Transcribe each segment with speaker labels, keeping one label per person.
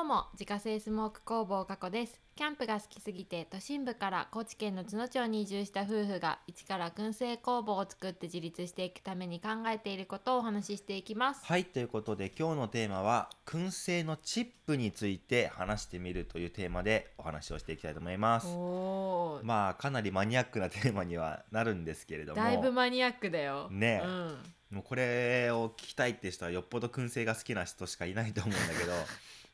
Speaker 1: うも自家製スモーク工房加古ですキャンプが好きすぎて都心部から高知県の津野町に移住した夫婦が一から燻製工房を作って自立していくために考えていることをお話ししていきます
Speaker 2: はいということで今日のテーマは燻製のチップについて話してみるというテーマでお話をしていきたいと思います
Speaker 1: おー
Speaker 2: まあかなりマニアックなテーマにはなるんですけれども
Speaker 1: だいぶマニアックだよ
Speaker 2: ねえ
Speaker 1: うん、
Speaker 2: もうこれを聞きたいって人はよっぽど燻製が好きな人しかいないと思うん だけど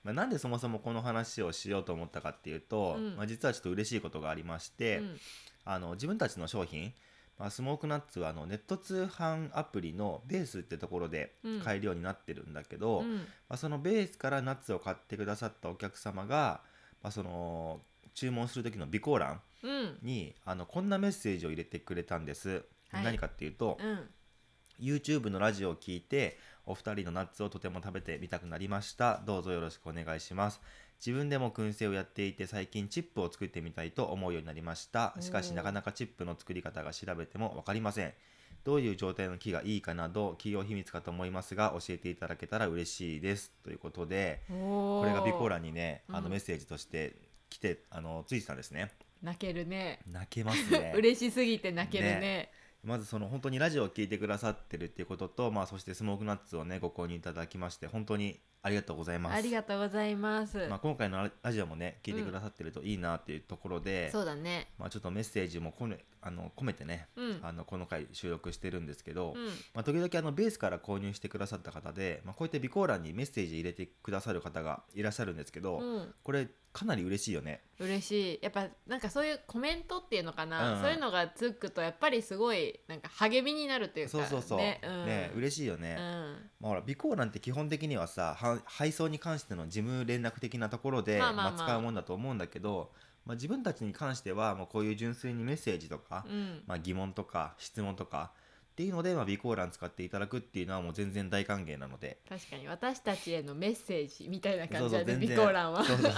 Speaker 2: まあなんでそもそもこの話をしようと思ったかっていうと、
Speaker 1: うん
Speaker 2: まあ、実はちょっと嬉しいことがありまして、
Speaker 1: うん
Speaker 2: あの自分たちの商品、まあ、スモークナッツはあのネット通販アプリのベースってところで
Speaker 1: うん
Speaker 2: 買えるようになってるんだけど、
Speaker 1: うん
Speaker 2: まあ、そのベースからナッツを買ってくださったお客様が、まあ、その注文する時の備考欄
Speaker 1: うん
Speaker 2: にあのこんなメッセージを入れてくれたんです、
Speaker 1: はい
Speaker 2: 何かっていうと、
Speaker 1: うん
Speaker 2: YouTube のラジオを聞いてお二人のナッツをとても食べてみたくなりましたどうぞよろしくお願いします自分でも燻製をやっていて最近チップを作ってみたいと思うようになりましたしか
Speaker 1: お
Speaker 2: し
Speaker 1: ー
Speaker 2: なかなかチップの作り方が調べても分かりませんどういう状態の木がいいかなど企業秘密かと思いますが教えていただけたら嬉しいですということで
Speaker 1: こ
Speaker 2: これが備考欄にねあ
Speaker 1: う
Speaker 2: の
Speaker 1: ん
Speaker 2: メッセージとして来て、あのついてたんですね
Speaker 1: 泣けるね
Speaker 2: 泣けますね
Speaker 1: 嬉しすぎて泣けるね
Speaker 2: まずその本当にラジオを聞いてくださってるっていうことと、まあ、そしてスモークナッツをねご購入いただきまして本当にありがとうございます
Speaker 1: ありがとうございます、
Speaker 2: まあ、今回のラジオもね聞いてくださってるといいなっていうところで、
Speaker 1: そうだね
Speaker 2: まあ、ちょっとメッセージもこねあの込めてね、
Speaker 1: うん
Speaker 2: あのこの回収録してるんですけど、
Speaker 1: うん
Speaker 2: まあ、時々あのベースから購入してくださった方で、まあ、こうやって備考欄にメッセージ入れてくださる方がいらっしゃるんですけど、
Speaker 1: うん
Speaker 2: これかなり嬉しいよね。
Speaker 1: 嬉しいやっぱなんかそういうコメントっていうのかな、
Speaker 2: うんうん
Speaker 1: そういうのがつくとやっぱりすごいなんか励みになるというか
Speaker 2: そうそうそう、
Speaker 1: ね
Speaker 2: ね,、
Speaker 1: うん、
Speaker 2: 嬉しいよね。
Speaker 1: うん
Speaker 2: まあ、ほら備考欄って基本的にはさは配送に関しての事務連絡的なところで、
Speaker 1: ま
Speaker 2: ま
Speaker 1: あ
Speaker 2: あ
Speaker 1: まあまあ
Speaker 2: 使うもんだと思うんだけど、まあ、自分たちに関してはもうこういう純粋にメッセージとか、
Speaker 1: うん
Speaker 2: まあ、疑問とか質問とかっていうので、まあ、備考欄使っていただくっていうのはもう全然大歓迎なので。
Speaker 1: 確かに私たちへのメッセージみたいな感じだね
Speaker 2: 全然
Speaker 1: 備考 欄は
Speaker 2: そう そう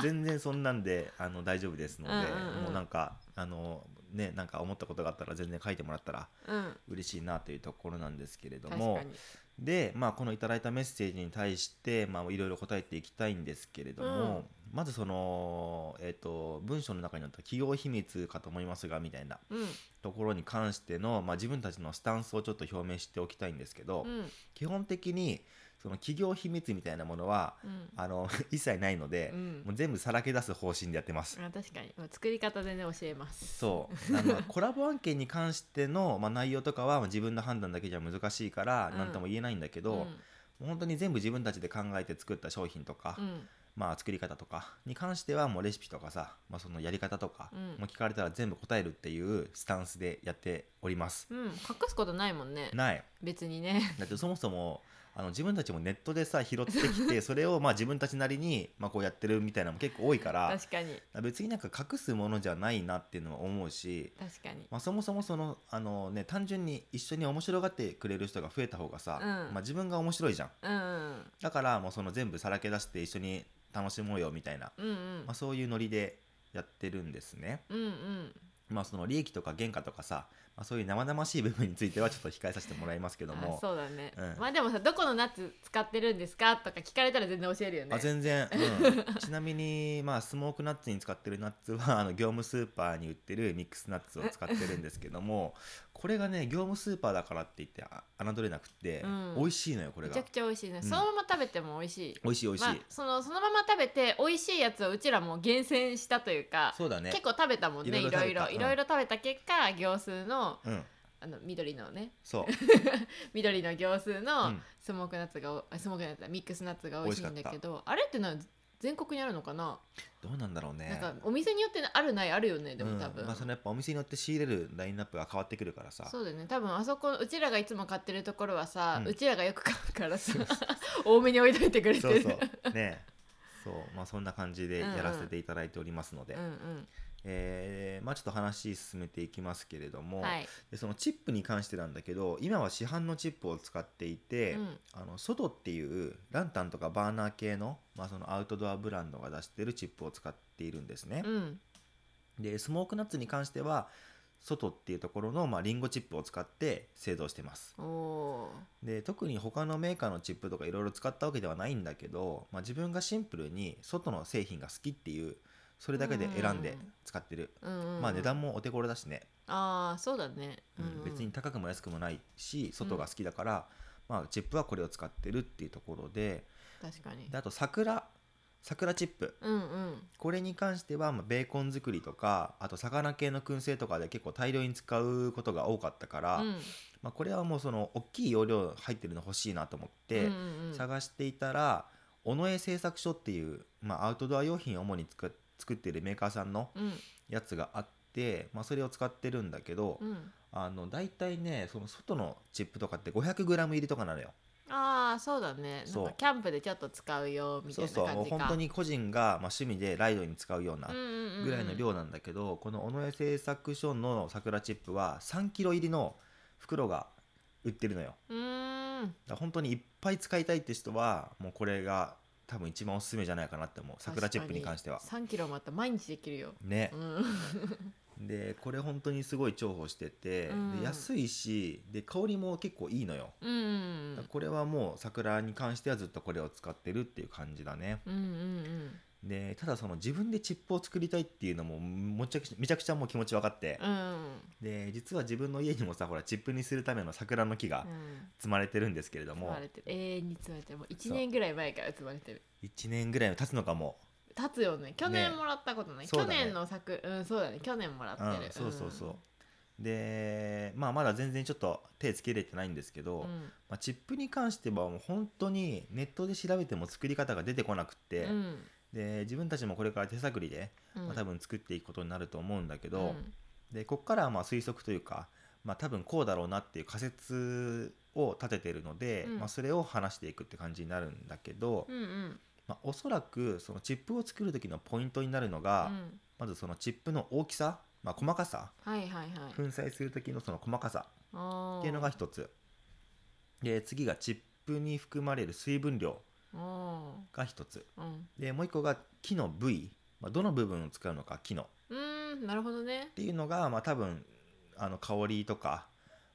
Speaker 2: 全然そんなんであの大丈夫ですので、
Speaker 1: うんうんうん
Speaker 2: もうなんかあのねなんか思ったことがあったら全然書いてもらったら
Speaker 1: うん
Speaker 2: 嬉しいなというところなんですけれど
Speaker 1: 確
Speaker 2: も
Speaker 1: かに
Speaker 2: で、まあ、このいただいたメッセージに対して、まあ、いろいろ答えていきたいんですけれども、まずその、えっと文章の中にあった企業秘密かと思いますがみたいな
Speaker 1: うん
Speaker 2: ところに関しての、まあ、自分たちのスタンスをちょっと表明しておきたいんですけど、
Speaker 1: うん
Speaker 2: 基本的にその企業秘密みたいなものは
Speaker 1: うん
Speaker 2: あの 一切ないので、
Speaker 1: うん
Speaker 2: もう全部さらけ出す方針でやってます。
Speaker 1: あ確かにもう作り方でね教えます
Speaker 2: そうあのコラボ案件に関しての、まあ、内容とかはまあ自分の判断だけじゃ難しいから
Speaker 1: うん
Speaker 2: 何とも言えないんだけど、もう本当に全部自分たちで考えて作った商品とか、
Speaker 1: うんうん
Speaker 2: まあ作り方とかに関してはもうレシピとかさ、まあ、そのやり方とか、
Speaker 1: うん
Speaker 2: もう聞かれたら全部答えるっていうスタンスでやっております。
Speaker 1: うん、隠すことないもんね
Speaker 2: ない
Speaker 1: 別にね
Speaker 2: だってそもそもあの自分たちもネットでさ拾って きてそれをまあ自分たちなりにまあこうやってるみたいなのも結構多いから
Speaker 1: 確かに
Speaker 2: 別になんか隠すものじゃないなっていうのは思うし、
Speaker 1: 確かに
Speaker 2: まあ、そもそもそのあの、ね、単純に一緒に面白がってくれる人が増えた方がさ、
Speaker 1: うん
Speaker 2: まあ、自分が面白いじゃん
Speaker 1: うん
Speaker 2: だからもうその全部さらけ出して一緒に楽しもうよみたいな、
Speaker 1: うんうん
Speaker 2: まあ、そういうノリでやってるんですね。
Speaker 1: うんうん
Speaker 2: まあその利益とか原価とかさ、まあ、そういう生々しい部分についてはちょっと控えさせてもらいますけど
Speaker 1: あ
Speaker 2: も。
Speaker 1: そうだね、
Speaker 2: うん
Speaker 1: まあでもさどこのナッツ使ってるんですかとか聞かれたら全然教えるよね
Speaker 2: あ全然、うん ちなみに、まあ、スモークナッツに使ってるナッツはあの業務スーパーに売ってるミックスナッツを使ってるんですけどもこれがね業務スーパーだからって言ってあ侮れなくて、
Speaker 1: うん
Speaker 2: 美味しいのよこれ
Speaker 1: めち
Speaker 2: が
Speaker 1: ゃくちゃ美味しいね、
Speaker 2: うん
Speaker 1: そのまま食べても美味しい
Speaker 2: 美味しい美味しい、
Speaker 1: まあ、そのそのまま食べて美味しいやつをうちらも厳選したというか
Speaker 2: そうだね
Speaker 1: 結構食べたもんねい
Speaker 2: い
Speaker 1: ろ
Speaker 2: ろ
Speaker 1: いろい
Speaker 2: いろ食べた
Speaker 1: ろいろ食べた結果行数の
Speaker 2: うん
Speaker 1: あの緑のね
Speaker 2: そう
Speaker 1: 緑の行数
Speaker 2: う
Speaker 1: の
Speaker 2: ん
Speaker 1: スモークナッツがおあスモークナッツだミックスナッツが美味しいんだけどあれってのは全国にあるのかな、
Speaker 2: どうなんだろうね
Speaker 1: なんかお店によってあるないあるよねでも多分、
Speaker 2: うんまあ、そのやっぱお店によって仕入れるラインナップが変わってくるからさ
Speaker 1: そうだよね多分あそこうちらがいつも買ってるところはさ、う
Speaker 2: うん
Speaker 1: ちらがよく買うからさ 多めに置いといてくれて
Speaker 2: そう
Speaker 1: る
Speaker 2: そうねそうまあそんな感じでやらせていただいておりますので、
Speaker 1: うんうん
Speaker 2: えーまあちょっと話進めていきますけれども、
Speaker 1: はい、
Speaker 2: でそのチップに関してなんだけど今は市販のチップを使っていて、
Speaker 1: うん
Speaker 2: あのソトっていうランタンとかバーナー系の,、まあそのアウトドアブランドが出してるチップを使っているんですね
Speaker 1: う、ん
Speaker 2: でスモークナッツに関しては外っていうところの、まあ、リンゴチップを使って製造してます
Speaker 1: おお
Speaker 2: で特に他のメーカーのチップとかいろいろ使ったわけではないんだけど、まあ、自分がシンプルに外の製品が好きっていうそれだけで選んで使ってる、
Speaker 1: ー、うんうん、
Speaker 2: まあ値段もお手頃だしね、
Speaker 1: ああそうだね、
Speaker 2: うん別に高くも安くもないし外が好きだから、まあ、チップはこれを使ってるっていうところで
Speaker 1: 確かに
Speaker 2: であと桜桜チップ
Speaker 1: うんうん
Speaker 2: これに関してはまあベーコン作りとかあと魚系の燻製とかで結構大量に使うことが多かったから、
Speaker 1: うん
Speaker 2: まあ、これはもうその大きい容量入ってるの欲しいなと思って、
Speaker 1: うんうんうん
Speaker 2: 探していたら尾上製作所っていう、まあ、アウトドア用品を主に作っ作ってるメーカーさんの
Speaker 1: うん
Speaker 2: やつがあって、まあ、それを使ってるんだけど、
Speaker 1: うん
Speaker 2: あの大体ねその外のチップとかって 500g 入りとかなのよ
Speaker 1: ああそうだねな
Speaker 2: そ
Speaker 1: ん
Speaker 2: う
Speaker 1: かキャンプでちょっと使うよみた
Speaker 2: そ
Speaker 1: いうな
Speaker 2: そ
Speaker 1: 感
Speaker 2: うもう
Speaker 1: じか
Speaker 2: 本当に個人が、まあ、趣味でライドに使うようなぐ
Speaker 1: ぐ
Speaker 2: らいの量なんだけど、この尾上製作所の桜チップは 3kg 入りの袋が売ってるのよ
Speaker 1: うーん
Speaker 2: だから本当にいっぱい使いたいって人はもうこれが多分一番おすすめじゃないかなって思う桜チップに関しては
Speaker 1: 3キロもあったら毎日できるよ、
Speaker 2: ね
Speaker 1: う、ん、
Speaker 2: でこれ本当にすごい重宝してて、
Speaker 1: うん
Speaker 2: で安いしで香りも結構いいのよ、
Speaker 1: うんうん
Speaker 2: だからこれはもう桜に関してはずっとこれを使ってるっていう感じだね
Speaker 1: うんうん
Speaker 2: でただその自分でチップを作りたいっていうのももちゃくちゃめちゃくちゃもう気持ち分かって
Speaker 1: うん、うん
Speaker 2: で実は自分の家にもさほらチップにするための桜の木が積まれてるんですけれど
Speaker 1: 積
Speaker 2: も
Speaker 1: まれてる永遠に積まれてるもう1
Speaker 2: そう
Speaker 1: 年ぐらい前から積まれてる
Speaker 2: 1年ぐらいは経つのかも
Speaker 1: 経つよね去年もらったことない、
Speaker 2: そう
Speaker 1: 去
Speaker 2: だね
Speaker 1: 年の作うんそうだね去年もらって
Speaker 2: うん
Speaker 1: る
Speaker 2: そうそうそう、でまあまだ全然ちょっと手つけれてないんですけ
Speaker 1: う
Speaker 2: ど、
Speaker 1: ん、うん
Speaker 2: まあ、チップに関してはもう本当にネットで調べても作り方が出てこなくって、
Speaker 1: うん
Speaker 2: で自分たちもこれから手探りで、
Speaker 1: うん
Speaker 2: まあ、多分作っていくことになると思うんだけど、
Speaker 1: うん
Speaker 2: でこっからはまあ推測というか、まあ、多分こうだろうなっていう仮説を立ててるので、
Speaker 1: うん
Speaker 2: まあ、それを話していくって感じになるんだけど、
Speaker 1: うんうん
Speaker 2: まあ、おそらくそのチップを作る時のポイントになるのが、
Speaker 1: うん
Speaker 2: まずそのチップの大きさ、まあ、細かさ
Speaker 1: はいはいはい
Speaker 2: 粉砕する時のその細かさ
Speaker 1: あー
Speaker 2: っていうのが一つで次がチップに含まれる水分量
Speaker 1: あ
Speaker 2: が一つ
Speaker 1: ーうん
Speaker 2: でもう一個が木の部位、まあ、どの部分を使うのか木のっ
Speaker 1: うーんなるほどね
Speaker 2: ていうのが、まあ、多分あの香りとか、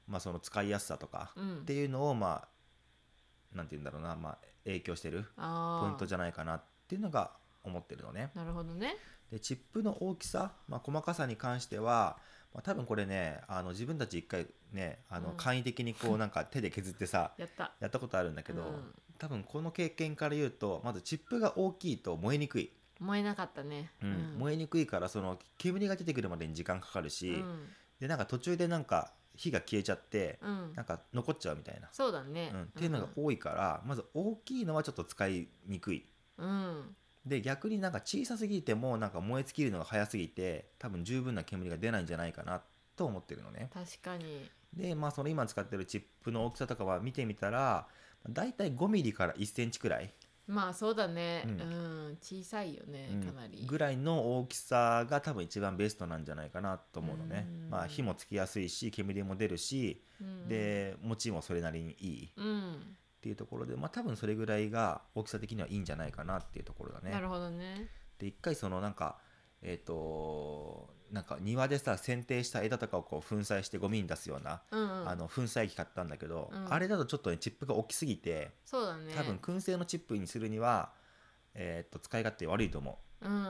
Speaker 2: まあ、その使いやすさとか
Speaker 1: うん
Speaker 2: っていうのをまあなんて言うんだろうな、まあ、影響してる
Speaker 1: あ
Speaker 2: ポイント
Speaker 1: ゃ
Speaker 2: じゃないかなっていうのが思ってるのね
Speaker 1: なるほどね
Speaker 2: でチップの大きさ、まあ、細かさに関しては、まあ、多分これねあの自分たち一回ねあの
Speaker 1: うん
Speaker 2: 簡易的にこうなんか手で削ってさ
Speaker 1: やった
Speaker 2: やったことあるんだけど、
Speaker 1: うん
Speaker 2: 多分この経験から言うとまずチップが大きいと燃えにくい、
Speaker 1: 燃えなかったね、
Speaker 2: うん燃えにくいからその煙が出てくるまでに時間かかるし、
Speaker 1: うん
Speaker 2: でなんか途中でなんか火が消えちゃって、
Speaker 1: うん
Speaker 2: なんか残っちゃうみたいな、
Speaker 1: そうだね、
Speaker 2: うん、っていうのが多いから、まず大きいのはちょっと使いにくい
Speaker 1: うん
Speaker 2: で逆になんか小さすぎてもなんか燃え尽きるのが早すぎて多分十分な煙が出ないんじゃないかなと思ってるのね
Speaker 1: 確かに
Speaker 2: でまあその今使ってるチップの大きさとかは見てみたらだいたい5ミリから1センチくらい、
Speaker 1: まあそうだねう
Speaker 2: うんん、
Speaker 1: 小さいよね、
Speaker 2: うん
Speaker 1: かなり
Speaker 2: ぐらいの大きさが多分一番ベストなんじゃないかなと思うのね
Speaker 1: うん
Speaker 2: まあ火もつきやすいし煙も出るし
Speaker 1: うん
Speaker 2: で持ちもそれなりにいいっ
Speaker 1: うん、
Speaker 2: ていうところでまあ多分それぐらいが大きさ的にはいいんじゃないかなっていうところだね
Speaker 1: なるほどね
Speaker 2: で一回そのなんかえっ、となんか庭でさ剪定した枝とかをこう粉砕してゴミに出すような、
Speaker 1: うんうん
Speaker 2: あの粉砕機買ったんだけど、
Speaker 1: うん
Speaker 2: あれだとちょっとねチップが大きすぎて
Speaker 1: そうだね
Speaker 2: 多分燻製のチップにするには、えっと使い勝手悪いと思
Speaker 1: うんうんうんう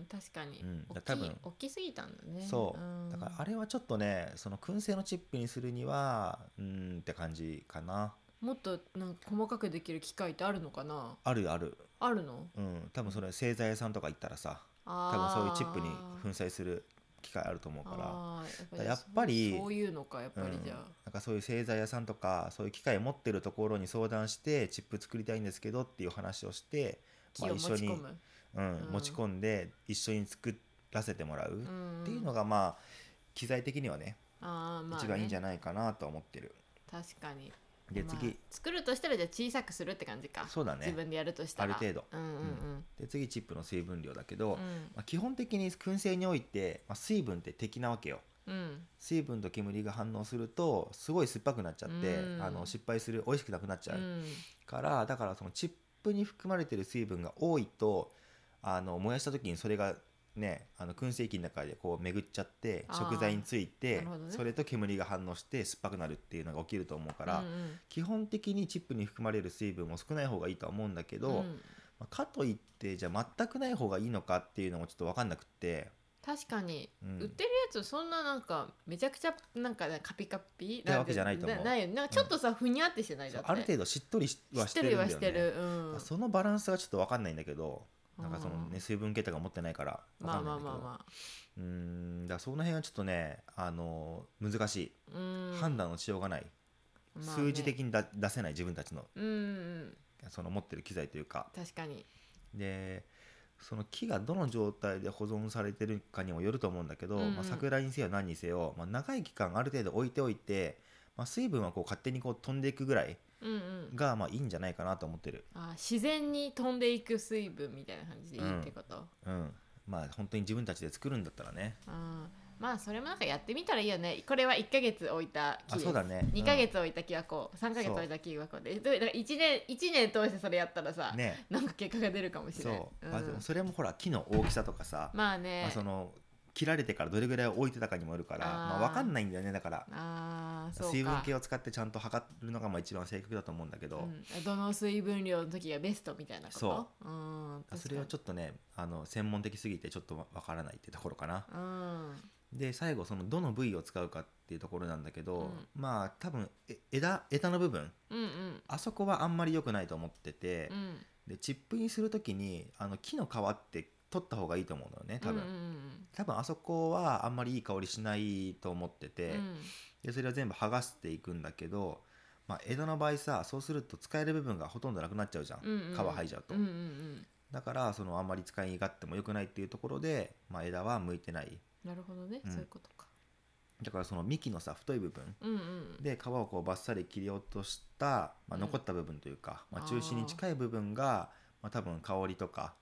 Speaker 1: ん確かに、
Speaker 2: うん
Speaker 1: 大きい
Speaker 2: 多分
Speaker 1: 大きすぎたんだ
Speaker 2: う、
Speaker 1: ね
Speaker 2: そう、
Speaker 1: ん
Speaker 2: だからあれはちょっとねその燻製のチップにするにはうーんって感じかな
Speaker 1: もっとなんか細かくできる機械ってあるのかな
Speaker 2: あるある
Speaker 1: あるの
Speaker 2: うん多分それ製材屋さんとか行ったらさ多
Speaker 1: あ
Speaker 2: 分
Speaker 1: ー
Speaker 2: そういうチップに粉砕する機械あると思うから
Speaker 1: あー
Speaker 2: だからやっぱり
Speaker 1: そうそういうのかやっぱりじゃあ、
Speaker 2: なんかそういう製材屋さんとかそういう機械持ってるところに相談してチップ作りたいんですけどっていう話をして、
Speaker 1: 木を持ち込む、
Speaker 2: うん
Speaker 1: うん
Speaker 2: 持ち込んで一緒に作らせてもらう
Speaker 1: う
Speaker 2: っ
Speaker 1: ん
Speaker 2: ていうのがまあ機材的にはね
Speaker 1: あーまあね
Speaker 2: 一番いいんじゃないかなとは思ってる。
Speaker 1: 確かに
Speaker 2: で
Speaker 1: まあ
Speaker 2: 次
Speaker 1: 作るとしたらじゃあ小さくするって感じか
Speaker 2: そうだ
Speaker 1: 自
Speaker 2: ね
Speaker 1: 分でやるとしたら
Speaker 2: ある程
Speaker 1: 度うんうん
Speaker 2: で次チップの水分量だけど、
Speaker 1: うん
Speaker 2: まあ、基本的に燻製において、まあ、水分って敵なわけよ。
Speaker 1: うんうん
Speaker 2: 水分と煙が反応するとすごい酸っぱくなっちゃって、
Speaker 1: うん
Speaker 2: あの失敗する美味しくなくなっちゃう、
Speaker 1: うん
Speaker 2: からだからそのチップに含まれてる水分が多いとあの燃やした時にそれがねあの燻製機の中でこう巡っちゃって
Speaker 1: あー
Speaker 2: 食材につい
Speaker 1: な
Speaker 2: て、
Speaker 1: るほどね
Speaker 2: それと煙が反応して酸っぱくなるっていうのが起きると思うから、
Speaker 1: うんうん
Speaker 2: 基本的にチップに含まれる水分も少ない方がいいとは思うんだけど、
Speaker 1: うん
Speaker 2: まあかといってじゃあ全くない方がいいのかっていうのもちょっと分かんなくって、
Speaker 1: 確かに、
Speaker 2: うん
Speaker 1: 売ってるやつそんななんかめちゃくちゃなんかカピカピ
Speaker 2: ってわけじゃないと思う
Speaker 1: なないよねなんかちょっとさ、ふにゃってしてないじ
Speaker 2: そ
Speaker 1: ゃ
Speaker 2: うんある程度しっとりしは
Speaker 1: し
Speaker 2: しててる
Speaker 1: る
Speaker 2: んだ
Speaker 1: は
Speaker 2: よね
Speaker 1: してる、うん、
Speaker 2: そのバランスがちょっと分かんないんだけどなんかその
Speaker 1: うん
Speaker 2: ね水分系とか持ってないから分
Speaker 1: ま
Speaker 2: か
Speaker 1: あ
Speaker 2: ん
Speaker 1: ま
Speaker 2: ない
Speaker 1: あ
Speaker 2: んだけど、
Speaker 1: まあま
Speaker 2: うーんだからその辺はちょっとねあの難しい、
Speaker 1: あ、うん、
Speaker 2: 判断のしようがない、
Speaker 1: まあね
Speaker 2: 数字的にだ出せない自分たちの
Speaker 1: うんうん
Speaker 2: その持ってる機材というか
Speaker 1: 確かに
Speaker 2: でその木がどの状態で保存されてるかにもよると思うんだけど、
Speaker 1: うんうん
Speaker 2: まあ、桜にせよ何にせよ、まあ、長い期間ある程度置いておいて、まあ、水分はこう勝手にこう飛んでいくぐらい
Speaker 1: うんうん
Speaker 2: がまあいいんじゃないかなと思ってる、
Speaker 1: あ自然に飛んでいく水分みたいな感じでいいってこと、
Speaker 2: うん、まあ本当に自分たちで作るんだったらね
Speaker 1: うんまあそれもなんかやってみたらいいよねこれは1ヶ月置いた木
Speaker 2: あ
Speaker 1: です
Speaker 2: そうだね
Speaker 1: 2ヶ月置いた木はこう3ヶ月
Speaker 2: そう
Speaker 1: 置いた木はこうでどうだから1年一年通してそれやったらさ、
Speaker 2: うんね
Speaker 1: なんか結果が出るかもしれない
Speaker 2: そう、まあ、
Speaker 1: ん
Speaker 2: でもそれもほら木の大きさとかさ、
Speaker 1: まあね、
Speaker 2: まあ、その切られてからどれぐらい置いてたかにもよるから
Speaker 1: あー
Speaker 2: まあ、分かんないんだよねだから
Speaker 1: あーそうか
Speaker 2: 水分計を使ってちゃんと測るのがまあ一番正確だと思うんだけど、
Speaker 1: うん、どの水分量の時がベストみたいなこと、
Speaker 2: そう
Speaker 1: ん、
Speaker 2: それは
Speaker 1: ょ
Speaker 2: ち
Speaker 1: っ
Speaker 2: ょっとねあの専門的すぎてちょっと分からないってところかな。
Speaker 1: と、うん、
Speaker 2: で最後そのどの部位を使うかっていうところなんだけど、
Speaker 1: うん
Speaker 2: まあ多分え枝枝の部分
Speaker 1: うんうん
Speaker 2: あそこはあんまり良くないと思ってて、
Speaker 1: うん
Speaker 2: でチップにする時にあの木の皮って取った方がいいと思うのよね多分、
Speaker 1: うんうん
Speaker 2: 多分あそこはあんまりいい香りしないと思って
Speaker 1: うん
Speaker 2: て。
Speaker 1: うん
Speaker 2: でそれは全部剥がしていくんだけど、まあ、枝の場合さそうすると使える部分がほとんどなくなっちゃうじゃん、
Speaker 1: うんうん
Speaker 2: 皮剥いじゃうと、
Speaker 1: うんうん
Speaker 2: だからそのあんまり使い勝手も良くないっていうところで、まあ、枝は向いてない
Speaker 1: うん、なるほどね、
Speaker 2: うん
Speaker 1: そういうことか
Speaker 2: だからその幹のさ太い部分
Speaker 1: うんうん
Speaker 2: で皮をこうバッサリ切り落とした、
Speaker 1: う
Speaker 2: まあ、
Speaker 1: ん
Speaker 2: 残った部分というか、ま
Speaker 1: あ
Speaker 2: あ、
Speaker 1: ー
Speaker 2: 中心に近い部分がまあ、多分香りとか、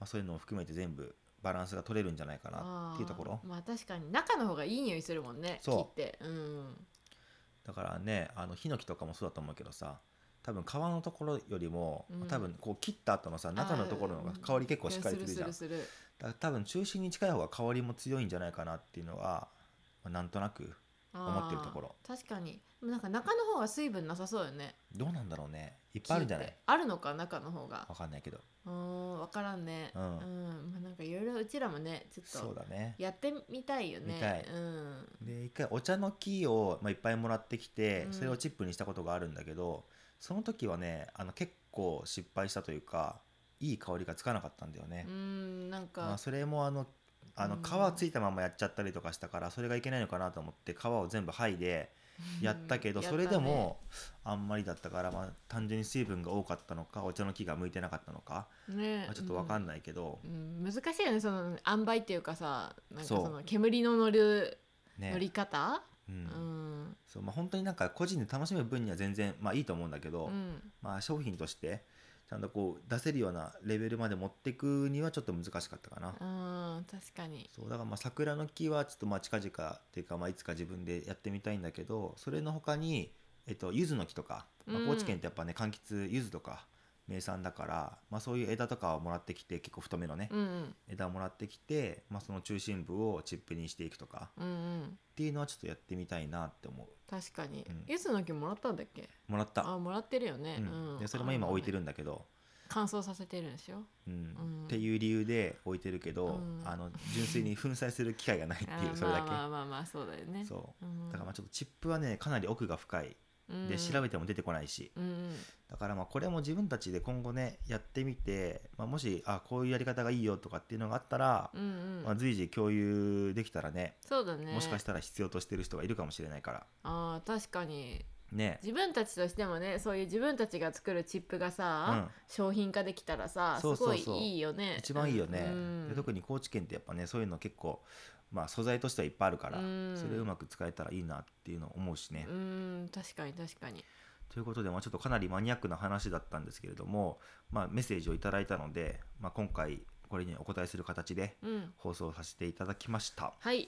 Speaker 2: まあ、そういうのを含めて全部バランスが取れるんじゃないかなっていうところ
Speaker 1: あーまあ確かに中の方がいい匂いするもんね
Speaker 2: そう
Speaker 1: 木ってうん
Speaker 2: だからねあのヒノキとかもそうだと思うけどさ多分皮のところよりも、
Speaker 1: うん
Speaker 2: 多分こう切った後のさ中のところの
Speaker 1: あ
Speaker 2: が
Speaker 1: ー
Speaker 2: 香り結構しっかりするじゃん
Speaker 1: するする
Speaker 2: だから多分中心に近い方が香りも強いんじゃないかなっていうのは、まあなんとなく思ってるところ
Speaker 1: あー確かにでもなんか中の方が水分なさそうよね
Speaker 2: どうなんだろうねいっぱいあるんじゃな
Speaker 1: 木っ
Speaker 2: い
Speaker 1: てあるのか中の方が
Speaker 2: わかんないけど
Speaker 1: うん分からんね
Speaker 2: うん
Speaker 1: まあ、なんかいろいろうちらもねちょ
Speaker 2: そう
Speaker 1: っと
Speaker 2: だね
Speaker 1: やってみたいよね
Speaker 2: 見たい
Speaker 1: うん
Speaker 2: で一回お茶の木を、まあ、いっぱいもらってきて、
Speaker 1: うん
Speaker 2: それをチップにしたことがあるんだけどその時はねあの結構失敗したというかいい香りがつかなかったんだよね、
Speaker 1: うんなんか、
Speaker 2: まあ、それもあのあの
Speaker 1: うん
Speaker 2: 皮ついたままやっちゃったりとかしたからそれがいけないのかなと思って皮を全部剥いでやったけど
Speaker 1: うん
Speaker 2: それで
Speaker 1: や
Speaker 2: もあんまりだったからまあ単純に水分が多かったのかお茶の木が向いてなかったのか
Speaker 1: ったねね
Speaker 2: まあちょっとわか
Speaker 1: ない、
Speaker 2: んないけど
Speaker 1: うん難しいよねその塩梅っていうかさなんか
Speaker 2: そう
Speaker 1: その煙の乗る乗
Speaker 2: ね
Speaker 1: り方、
Speaker 2: う
Speaker 1: うんん
Speaker 2: そうまあ本当になんか個人で楽しむ分には全然まあいいと思うんだけ
Speaker 1: う
Speaker 2: ど
Speaker 1: ん
Speaker 2: まあ商品としてちゃんとこう出せるようなレベルまで持ってくにはちょっと難しかったかな。
Speaker 1: うん確かに
Speaker 2: そうだからまあ桜の木はちょっとまあ近々っていうかまあいつか自分でやってみたいんだけどそれの他にえっと柚子の木とか、まあ
Speaker 1: うん
Speaker 2: 高知県ってやっぱね柑橘柚子とか名産だから、まあ、そういう枝とかをもらってきて結構太めのね、
Speaker 1: うんうん
Speaker 2: 枝をもらってきて、まあ、その中心部をチップにしていくとか
Speaker 1: うんうん
Speaker 2: っていうのはちょっとやってみたいなって思
Speaker 1: 確かに
Speaker 2: うん
Speaker 1: 柚子、の木もらったんだっけ
Speaker 2: うもらった
Speaker 1: あもらってるよね、
Speaker 2: う
Speaker 1: うんん
Speaker 2: でそれも今置いて
Speaker 1: る
Speaker 2: るんだけど、
Speaker 1: 乾燥させてるんでしょ
Speaker 2: うん
Speaker 1: うん
Speaker 2: っていう理由で置いてるけど、
Speaker 1: うん
Speaker 2: あの純粋に粉砕する機会がないって
Speaker 1: あ
Speaker 2: いう
Speaker 1: ー
Speaker 2: それだけ、
Speaker 1: まあまあまあまあそうだよね
Speaker 2: そう
Speaker 1: うん
Speaker 2: だからまあちょっとチップはねかなり奥が深い
Speaker 1: うん
Speaker 2: で調べても出てこないし
Speaker 1: うんうん
Speaker 2: だからまあこれも自分たちで今後ねやってみて、まあ、もしあこういうやり方がいいよとかっていうのがあったら、
Speaker 1: うんうん
Speaker 2: まあ、随時共有できたらね
Speaker 1: そうだね
Speaker 2: もしかしたら必要としてる人がいるかもしれないから
Speaker 1: あー確かに
Speaker 2: ね
Speaker 1: 自分たちとしてもねそういう自分たちが作るチップがさ、
Speaker 2: うん
Speaker 1: 商品化できたらさ
Speaker 2: そうそうそう
Speaker 1: すごいいいよね
Speaker 2: 一番いいよね、
Speaker 1: うん
Speaker 2: で特に高知県ってやっぱねそういうの結構、まあ、素材としてはいっぱいあるから、
Speaker 1: うん
Speaker 2: それをうまく使えたらいいなっていうのを思うしね、
Speaker 1: うん確かに確かに
Speaker 2: ということで、まあ、ちょっとかなりマニアックな話だったんですけれども、まあ、メッセージをいただいたので、まあ、今回これにお答えする形で
Speaker 1: うん
Speaker 2: 放送させていただきました。
Speaker 1: はい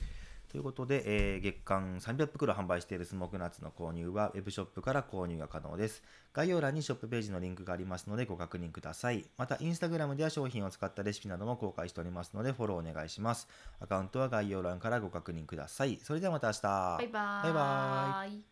Speaker 2: ということで、えー月間300袋販売しているスモークナッツの購入は、ウェブショップから購入が可能です。概要欄にショップページのリンクがありますのでご確認ください。また、インスタグラムでは商品を使ったレシピなども公開しておりますので、フォローお願いします。アカウントは概要欄からご確認ください。それではまた明日。
Speaker 1: バイバーイ
Speaker 2: バイバ
Speaker 1: イ